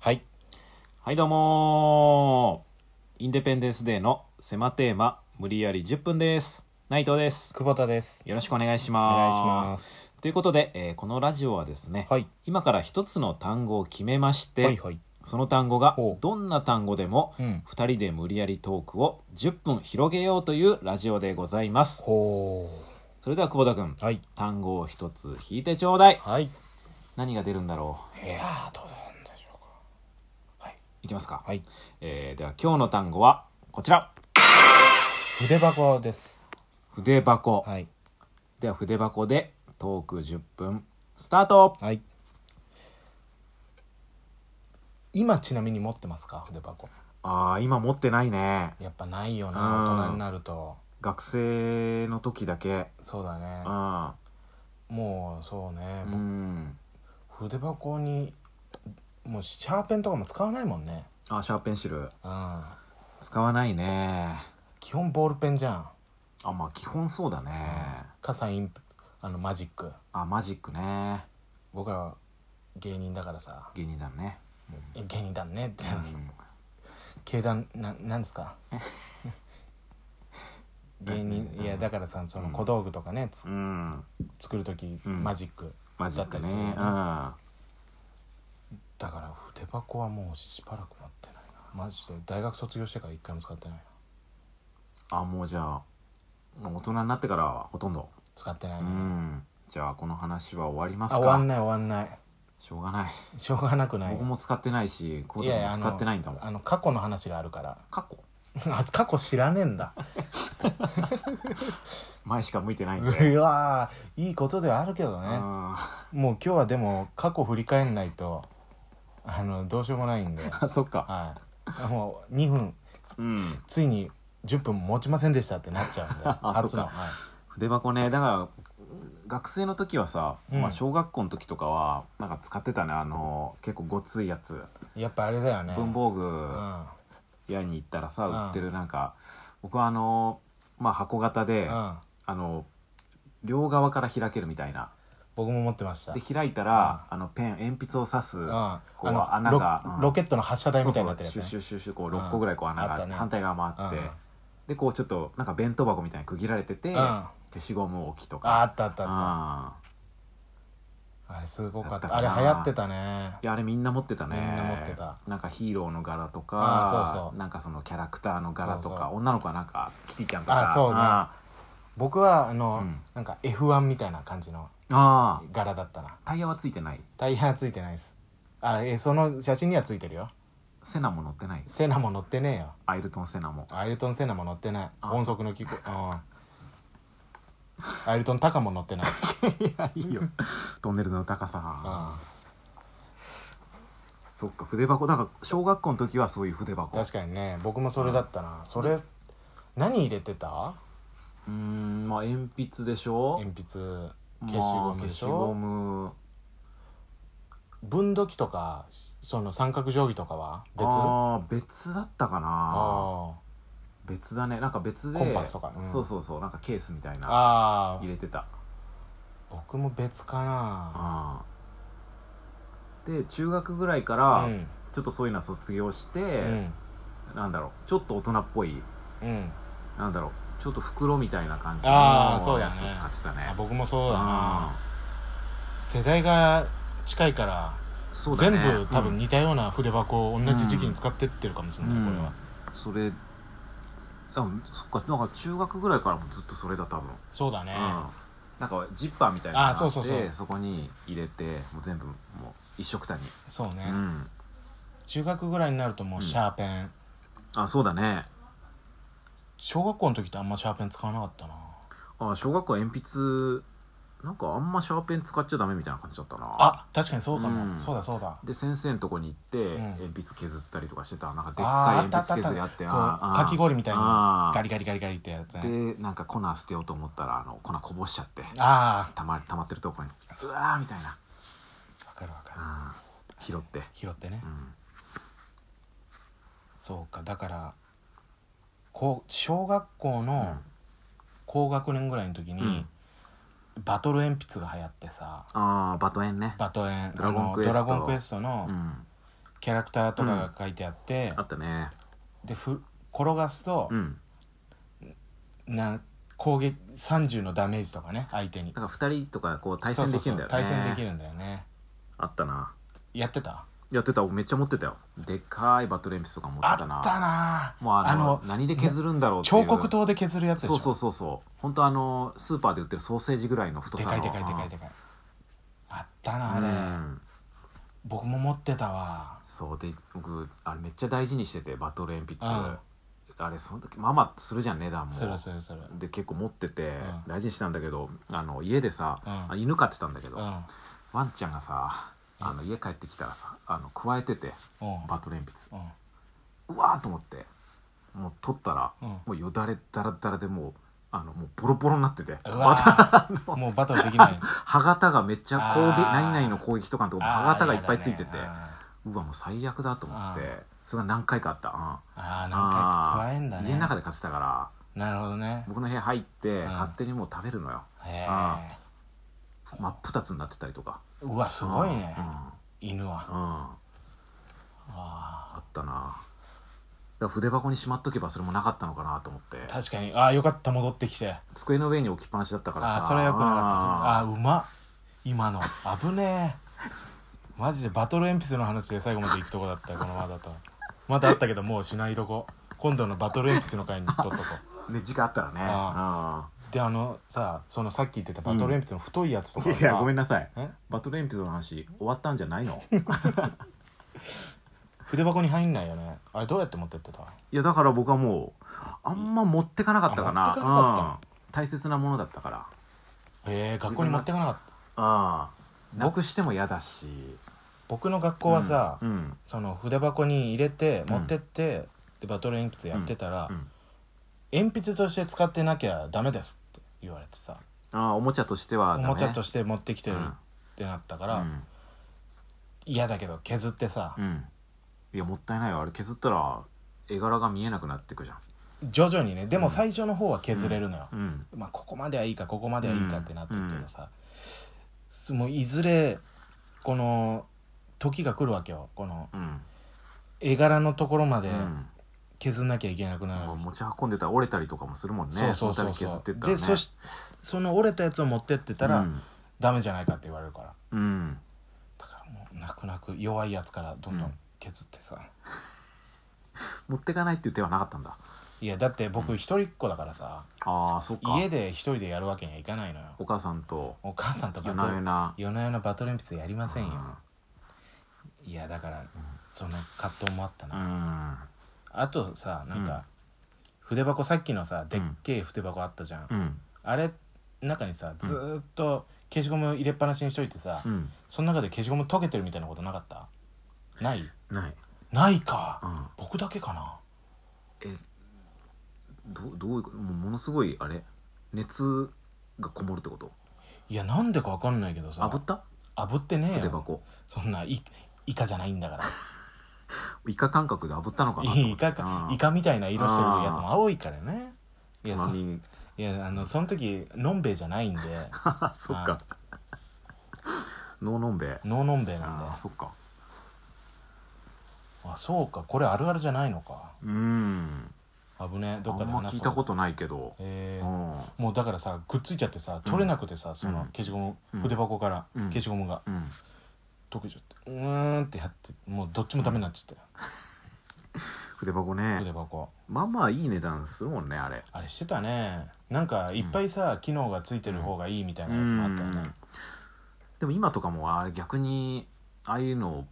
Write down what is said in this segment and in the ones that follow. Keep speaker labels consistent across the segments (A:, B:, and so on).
A: はい。
B: はいどうもーインデペンデンスデーの狭テーマ無理やり10分です内藤です
A: 久保田です。
B: よろしくお願いし
A: お願いし
B: ます
A: ます。
B: ということで、えーこのラジオはですね、
A: はい。
B: 今から一つの単語を決めまして、
A: はいはい。
B: その単語が
A: ほう
B: どんな単語でも
A: うん。
B: 2人で無理やりトークを10分広げようというラジオでございます
A: ほ
B: それでは久保田君
A: う。はい。
B: 単語を一つ引いてちょうだい
A: はい。い
B: 何が出るんだろ
A: やー、どうなんでしょう
B: ういきますか、
A: か。はい。
B: えーでは今日の単語はこちら
A: 筆箱です。
B: 筆箱、
A: はい。
B: では筆箱でトーク10分スタート
A: はい。今ちなみに持ってますか筆箱。
B: ああ今持ってないね
A: やっぱないよ
B: うん
A: な、大人になると。
B: 学生の時だけ
A: そうだね。
B: あ
A: もう、そうね
B: う。ん
A: 筆箱に、もうシャーペンとかも使わないもんね。
B: あシャーペンシル
A: うん。
B: 使わないね
A: 基本ボールペンじゃん。
B: あまあ基本そうだね
A: かさインプ、あの、マジック。
B: あマジックね
A: 僕ら芸人だからさ
B: 芸人だね
A: え芸人だねって
B: うん
A: 球団ななんです か芸人いやだからさその小道具とかね、つ
B: うん
A: 作る時、
B: うん
A: マジック
B: マジ
A: だ
B: ッ
A: った
B: ク
A: り
B: ね
A: するよね
B: うん
A: だから筆箱はもうしばらく持ってないなマジで大学卒業してから一回も使ってないな
B: あもうじゃあ大人になってからはほとんど
A: 使ってないうな、
B: んじゃあこの話は終わりま
A: あ
B: すか
A: 終わんない終わんない
B: しょうがない
A: しょうがなくない
B: 僕も使ってないしコードも使ってないんだもん
A: あのあの過去の話があるから
B: 過去
A: あ過去知らねえん だ
B: 前しか向いてないんで
A: うわーいいことではあるけどね、
B: あ
A: もう今日はでも過去振り返んないとあのどうしようもないんで、
B: ー そっか
A: はい、もう2分
B: うん
A: ついに10分持ちませんでしたってなっちゃうんで
B: あ
A: 初の
B: そっか
A: はい
B: 筆箱ねだから学生の時はさ、
A: うん
B: まあ、小学校の時とかはなんか使ってたねあの結構ごついやつ
A: やっぱあれだよね
B: 文房具
A: うん
B: 屋に行ったらさ
A: うん
B: 売ってるなんか僕はあのまあ箱型であ
A: うん
B: の両側から開けるみたいな
A: 僕も持ってました
B: で開いたらあのペン鉛筆を刺す
A: うん
B: こ
A: あ
B: う穴
A: ロ
B: がうん
A: ロケットの発射台
B: そ
A: み
B: う
A: たいに
B: そ
A: な
B: う
A: ってるやつ
B: シ
A: ね
B: ュッシュッシュッシュこう
A: うん
B: 6個ぐらいこう穴
A: あった
B: が
A: ね
B: 反対側もあって
A: うん
B: でこうちょっとなんか弁当箱みたいに区切られてて
A: うんあ
B: 消しゴム置きと
A: あ
B: か
A: ったあったあっ
B: あ
A: たあれすごかった
B: あ
A: あ
B: った
A: れ
B: かな
A: 流行ってたね
B: いやあれみんな持ってたね
A: みんな持ってた
B: なんかヒーローの柄と
A: あーそう
B: か
A: そう
B: なんかそのキャラクターの柄と
A: そう
B: か
A: そ
B: 女の子はなんかキティちゃんとか
A: あそうね
B: あ
A: 僕はあの、
B: うん
A: なんか F1 みたいな感じの
B: ーあー
A: 柄だったな
B: タイヤはついてない
A: タイヤはついてないですあえその写真にはついてるよ
B: セナも乗ってない
A: セナも乗ってねえよ
B: アイルトンセナも
A: アイルトン・セナも乗ってない
B: あ
A: 音速のキックうんアイルトン・タカも乗ってない し、
B: いやいいよトンネルズの高
A: う
B: さ
A: ん、
B: そっか筆箱だから小学校の時はそういう筆箱
A: 確かにね僕もそれだったなそれ何入れてた
B: うーんまあ鉛筆でしょ
A: 鉛筆消しゴムでし
B: まあ消しゴ
A: ょ
B: ム
A: 分度器とかその三角定規とかは別
B: あー別だったかな
A: あ
B: 別だねなんか別で
A: コンパスとかうん
B: そうそうそうなんかケースみたい
A: ー
B: な
A: あ
B: 入
A: ー
B: れてた
A: 僕も別かな
B: あーで中学ぐらいから
A: うん
B: ちょっとそういうのは卒業して、
A: うん
B: なんだろうちょっと大人っぽい
A: うん
B: なんだろうちょっと袋みたいな感じ
A: あーそうだね
B: つ使ってたね
A: あ僕もそうだな
B: あ
A: 世代が近いから
B: ーそうだ
A: 全
B: ね
A: 部多
B: う
A: 分
B: ん
A: 似たような筆箱を同じ時期に使ってってるかもしれない、
B: うん
A: これは
B: それあそっかなんか中学ぐらいからもずっとそれだ多分
A: そうだね、
B: なんかジッパーみたいなのがあって
A: あそうそうそう
B: そこに入れてもう全部もう一緒くたに、
A: そうね、
B: うん
A: 中学ぐらいになるともうシャーペン、
B: あそうだね
A: 小学校の時ってあんまシャーペン使わなかったな
B: あ小学校は鉛筆なんかあんまシャーペン使っちゃダメみたいな感じだったな
A: あ確かにそうかも、
B: うん
A: そうだそうだ
B: で先生のとこに行って、
A: ん
B: 鉛筆削ったりとかしてたなんかでっ
A: あー
B: かい
A: あっ
B: 鉛
A: たあ
B: 筆
A: った
B: 削りあって
A: こう
B: あー
A: かき氷みたいに
B: あー
A: ガリガリガリガリってやつね
B: でなんか粉捨てようと思ったらあの粉こぼしちゃって
A: あ
B: たま溜まってるとこにうわーみたいな、
A: あわかるわか
B: う
A: る
B: ん、拾って、
A: 拾ってね、
B: うん、
A: そうかだからこう小学校の高学年ぐらいの時に、
B: うん
A: バトル鉛筆が流行ってさ
B: ああバトエンね
A: バトエン
B: ドラゴン
A: あの
B: クエスト
A: ドラゴンクエストの、
B: うん
A: キャラクターとかが書いてあって、
B: あったね
A: でふ転がすと、
B: うん
A: な攻撃30のダメージとかね相手に
B: なんか2人とかこう対戦できるんだよね
A: そうそうそう対戦できるんだよね
B: あったな
A: やってた
B: やってためっちゃ持ってたよでっかいバトル鉛筆とか持
A: あ
B: っ
A: ってたな
B: たな
A: あ
B: もうあの
A: あの
B: 何で削るんだろうっていう
A: 彫刻刀で削るやつでしょ
B: そうそうそうそう本当あのスーパーで売ってるソーセージぐらいの太
A: で
B: さ
A: か
B: の
A: いでかいでかいでかいあったなあれ、
B: うん
A: 僕も持ってたわ
B: そうで僕あれめっちゃ大事にしててバトル鉛筆、
A: うん
B: あれその時ママするじゃん値段も
A: それそれそれ
B: で結構持ってて、
A: ん
B: 大事にしてたんだけどあの家でさ、
A: うん
B: あ犬飼ってたんだけど、
A: うんうん
B: ワンちゃんがさあの家帰ってきたらさあの加えててバトル鉛筆
A: うん
B: うわーと思ってもう取ったら、
A: うん
B: もうよだれだらだらでもうあのもうボロボロになってて
A: う
B: バトル
A: わーもうバトルでき ない
B: 歯型がめっちゃ攻撃
A: あー
B: 何々の攻撃とかのとこ
A: あー
B: 歯型がいっぱいついてて、
A: やだねあ
B: うわもう最悪だと思って
A: あー
B: それが何回かあった、うん、
A: ーあーなんか加えんだ
B: あー
A: ね
B: 家の中で買ってたから
A: なるほどね
B: 僕の部屋入って、
A: ん
B: 勝手にもう食べるのよ
A: へ
B: あ
A: え
B: 真っ二つになってたりとか
A: うわすごいね
B: うん、うん
A: 犬は
B: あ
A: あ
B: ったなだから筆箱にしまっとけばそれもなかったのかなと思って
A: ー確かにああよかった戻ってきて
B: 机の上に置きっぱなしだったからさ
A: あーそれよくなかったああ
B: あ
A: ーうまっ今の危ねえ マジでバトル鉛筆の話で最後まで行くとこだったよこのまだとまだあったけどもうしないとこ今度のバトル鉛筆の回にとっとこう
B: ーね時間あったらね
A: あであのさそのさっき言ってたバトル鉛筆の太いやつと
B: う
A: か
B: んいやごめん
A: な
B: なさい
A: え
B: バトル鉛筆の話終わったんじゃないの
A: 筆箱に入んないよねあれどうやって持ってってた
B: いやだから僕はもうあんま持ってかなかったかな
A: あ持ってかなかったの
B: うん、大切なものだったから
A: えー、学校に持ってかなかった
B: ああなくしても嫌だし
A: 僕の学校はさ、
B: うんうん
A: その筆箱に入れて
B: うん
A: 持ってって、でバトル鉛筆やってたら、
B: うん
A: 鉛筆として使ってなきゃダメですって言われてさ
B: ああおもちゃとしては
A: おもちゃと
B: し
A: して持ってきてる
B: うん
A: ってなったか
B: た
A: ら、
B: うん
A: 嫌だけど削ってさ
B: う、んいやもったいないよあれ削ったら絵柄が見えなくなってくじゃん
A: 徐々にねでも最初の方は削れるのよ、
B: うん
A: まあここまではいいかここまではいいかってなってるけどさ、すもういずれこの時が来るわけよこの
B: うん
A: 絵柄のところまで
B: うん
A: 削んなきゃいけなくなる
B: もう持ち運んでたら折れたりとかもするもんね
A: そうそうそう
B: のた
A: そう、
B: び削ってったら、ね、
A: でそしその折れたやつを持ってってたら、
B: うん
A: ダメじゃないかって言われるから
B: うん
A: だからもう泣く泣く弱いやつからどんど
B: うん
A: ん削ってさ、
B: 持ってかないっていう手はなかったんだ
A: いやだって僕一人っ子だからさ、
B: ああそっか
A: 家で一人でやるわけにはいかないのよ
B: お母さんと
A: お母さんとか
B: 夜
A: と
B: な夜な
A: 夜な夜なバトル鉛筆やりませんよ
B: うん
A: いやだからその葛藤もあった
B: う
A: な、
B: ん
A: あとさなん
B: うん
A: か筆箱さっきのさでっけえ筆箱あったじゃん、
B: うん
A: あれ中にさずーっと消しゴム入れっぱなしにしといてさ、
B: うん
A: その中で消しゴム溶けてるみたいなことなかったない
B: ない
A: ないか、
B: うん
A: 僕だけかな
B: えどどういうこともうものすごいあれ熱がこもるってこと
A: いやなんでかわかんないけどさ
B: 炙った
A: 炙ってねえ
B: 筆
A: よ
B: 箱
A: そんないイカじゃないんだから
B: イカ感覚で炙ったのかなと
A: イ
B: 思って
A: カかイカみたいな色してるやつも青いからね
B: うん
A: いや
B: つま
A: そ
B: み
A: いやあのその時のんべえじゃ ないんで
B: あそっか ノーノンベ
A: ノーのんべえなんで
B: あー
A: あ
B: そっか
A: そうかこれあるあるじゃないのか
B: うん
A: 危ねえ
B: あ
A: どっかで
B: んま
A: 話
B: 聞
A: す
B: いたことないけど
A: えー
B: うん
A: もうだからさくっついちゃってさ取れなくてさ、そ
B: うん
A: の消しゴム、
B: うん
A: 筆箱から
B: うん
A: 消しゴムが
B: うん
A: 溶けちゃってうーんってやってもうどっちもダメになっちゃったよ、
B: 筆箱
A: 筆
B: ね
A: 箱
B: まあまあいい値段するもんねあれ
A: あれしてたねなんかいっぱいさ、機能がついてる方がいいみたいなやつもあったよね、
B: でも今とかもあれ逆にああいうのを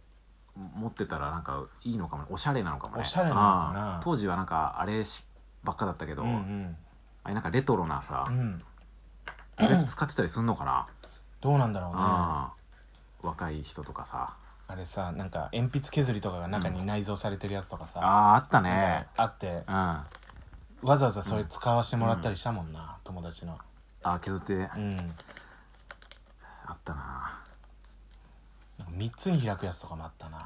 B: 持ってたらなんかいいのかもねおしゃれなのかもね
A: おしゃれなのかな
B: ああ当時はなんかあれしばっかだったけど、
A: うん
B: あれなんかレトロなさ、
A: うん、うん、
B: あれ使ってたりすんのかな、
A: どうなんだろうねあ
B: ああ若い人とかさ
A: れさなんか鉛筆削りとかが中に内蔵されてるやつとか
B: あ
A: さ、
B: ああっ
A: な
B: た
A: ん
B: ね
A: かあって
B: うんあ
A: わざわざそれ使わせてもらったりしたもんな、友達の
B: あ削って
A: うんなんか
B: あったな
A: 3つに開くやつとかもあったな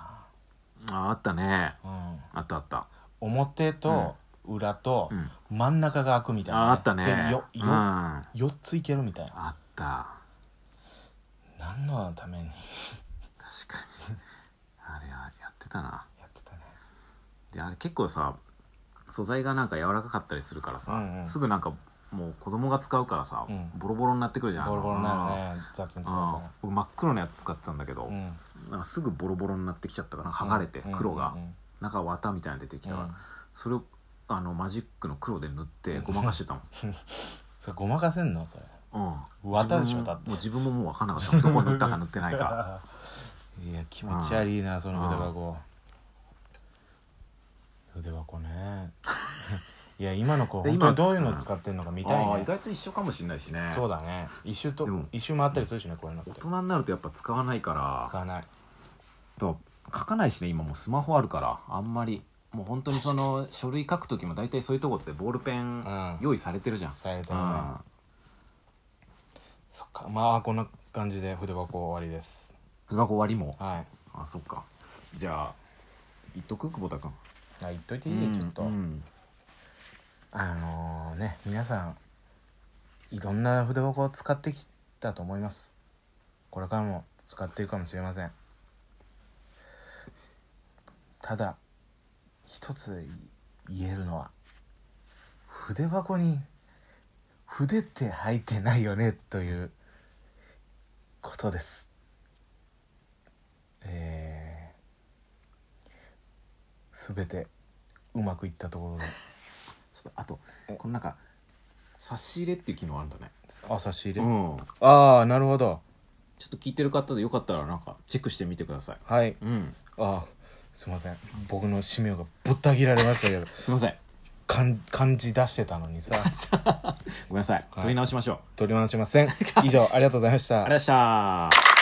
B: あああったね
A: うん
B: あったあった
A: 表と裏と
B: うん
A: 真ん中が開くみたいな、
B: ああったね
A: でよ
B: うん
A: よ、
B: あ
A: 4ついけるみたいな
B: った
A: 何のために
B: 確かにあれはやってたたな
A: やってたね
B: であれ結構さ素材がなんか柔らかかったりするからさ、
A: うんうん
B: すぐなんかもう子供が使うからさ、
A: うん
B: ボロボロになってくるじゃん
A: ボロボロになるね雑に
B: う
A: 使
B: ん
A: う
B: うん
A: か
B: 僕真っ黒のやつ使ってたんだけど、
A: らうん
B: なんかすぐボロボロになってきちゃったからなんか剥がれて
A: うん
B: 黒が、
A: うんうん
B: 中綿みたいなの出てきたから、
A: うん
B: それをあのマジックの黒で塗ってごまかしてたもん
A: それごまかせんのそれ
B: うん
A: 綿でしょ
B: 自分も
A: だって
B: もう自分ももう分かんなかったどこ塗ったか塗ってないか
A: いや気持ち悪いなその筆箱筆箱ね いや今の子
B: で
A: 本
B: 今
A: 当にどういうの使ってんのか見たい
B: あー
A: ね
B: 意外と一緒かもしれないしね
A: そうだね一周と
B: でも
A: 一周回ったりするしねこういうのって
B: 大人になるとやっぱ使わないから
A: 使わない
B: と書かないしね今もうスマホあるからあんまりもう本当にその書類書く時も大体そういうとこってボールペ
A: うん
B: ン用意されてるじゃん、
A: されて
B: う
A: ね
B: ん
A: そっかまあこんな感じで筆箱終わりです
B: 筆箱終わりも
A: はい
B: あそっかじゃあ言っとく久保田君
A: あ言っといていいちょっと
B: うん
A: あのね皆さんいろんな筆箱を使ってきたと思いますこれからも使っていくかもしれませんただ一つ言えるのは筆箱に筆って入ってないよねということですえー、全てうまくいったところで
B: ちょっとあとこのなんか差し入れっていう機能あるんだね
A: あ差し入れ、
B: うん
A: ああなるほど
B: ちょっと聞いてる方でよかったらなんかチェックしてみてください
A: はい
B: うん
A: あすいません僕の使命がぶった切られましたけど
B: すいません
A: かん漢字出してたのに さ
B: ごめんなさい取り直しましょう、
A: 取り直しません以上ありがとうございました
B: ありがとうございました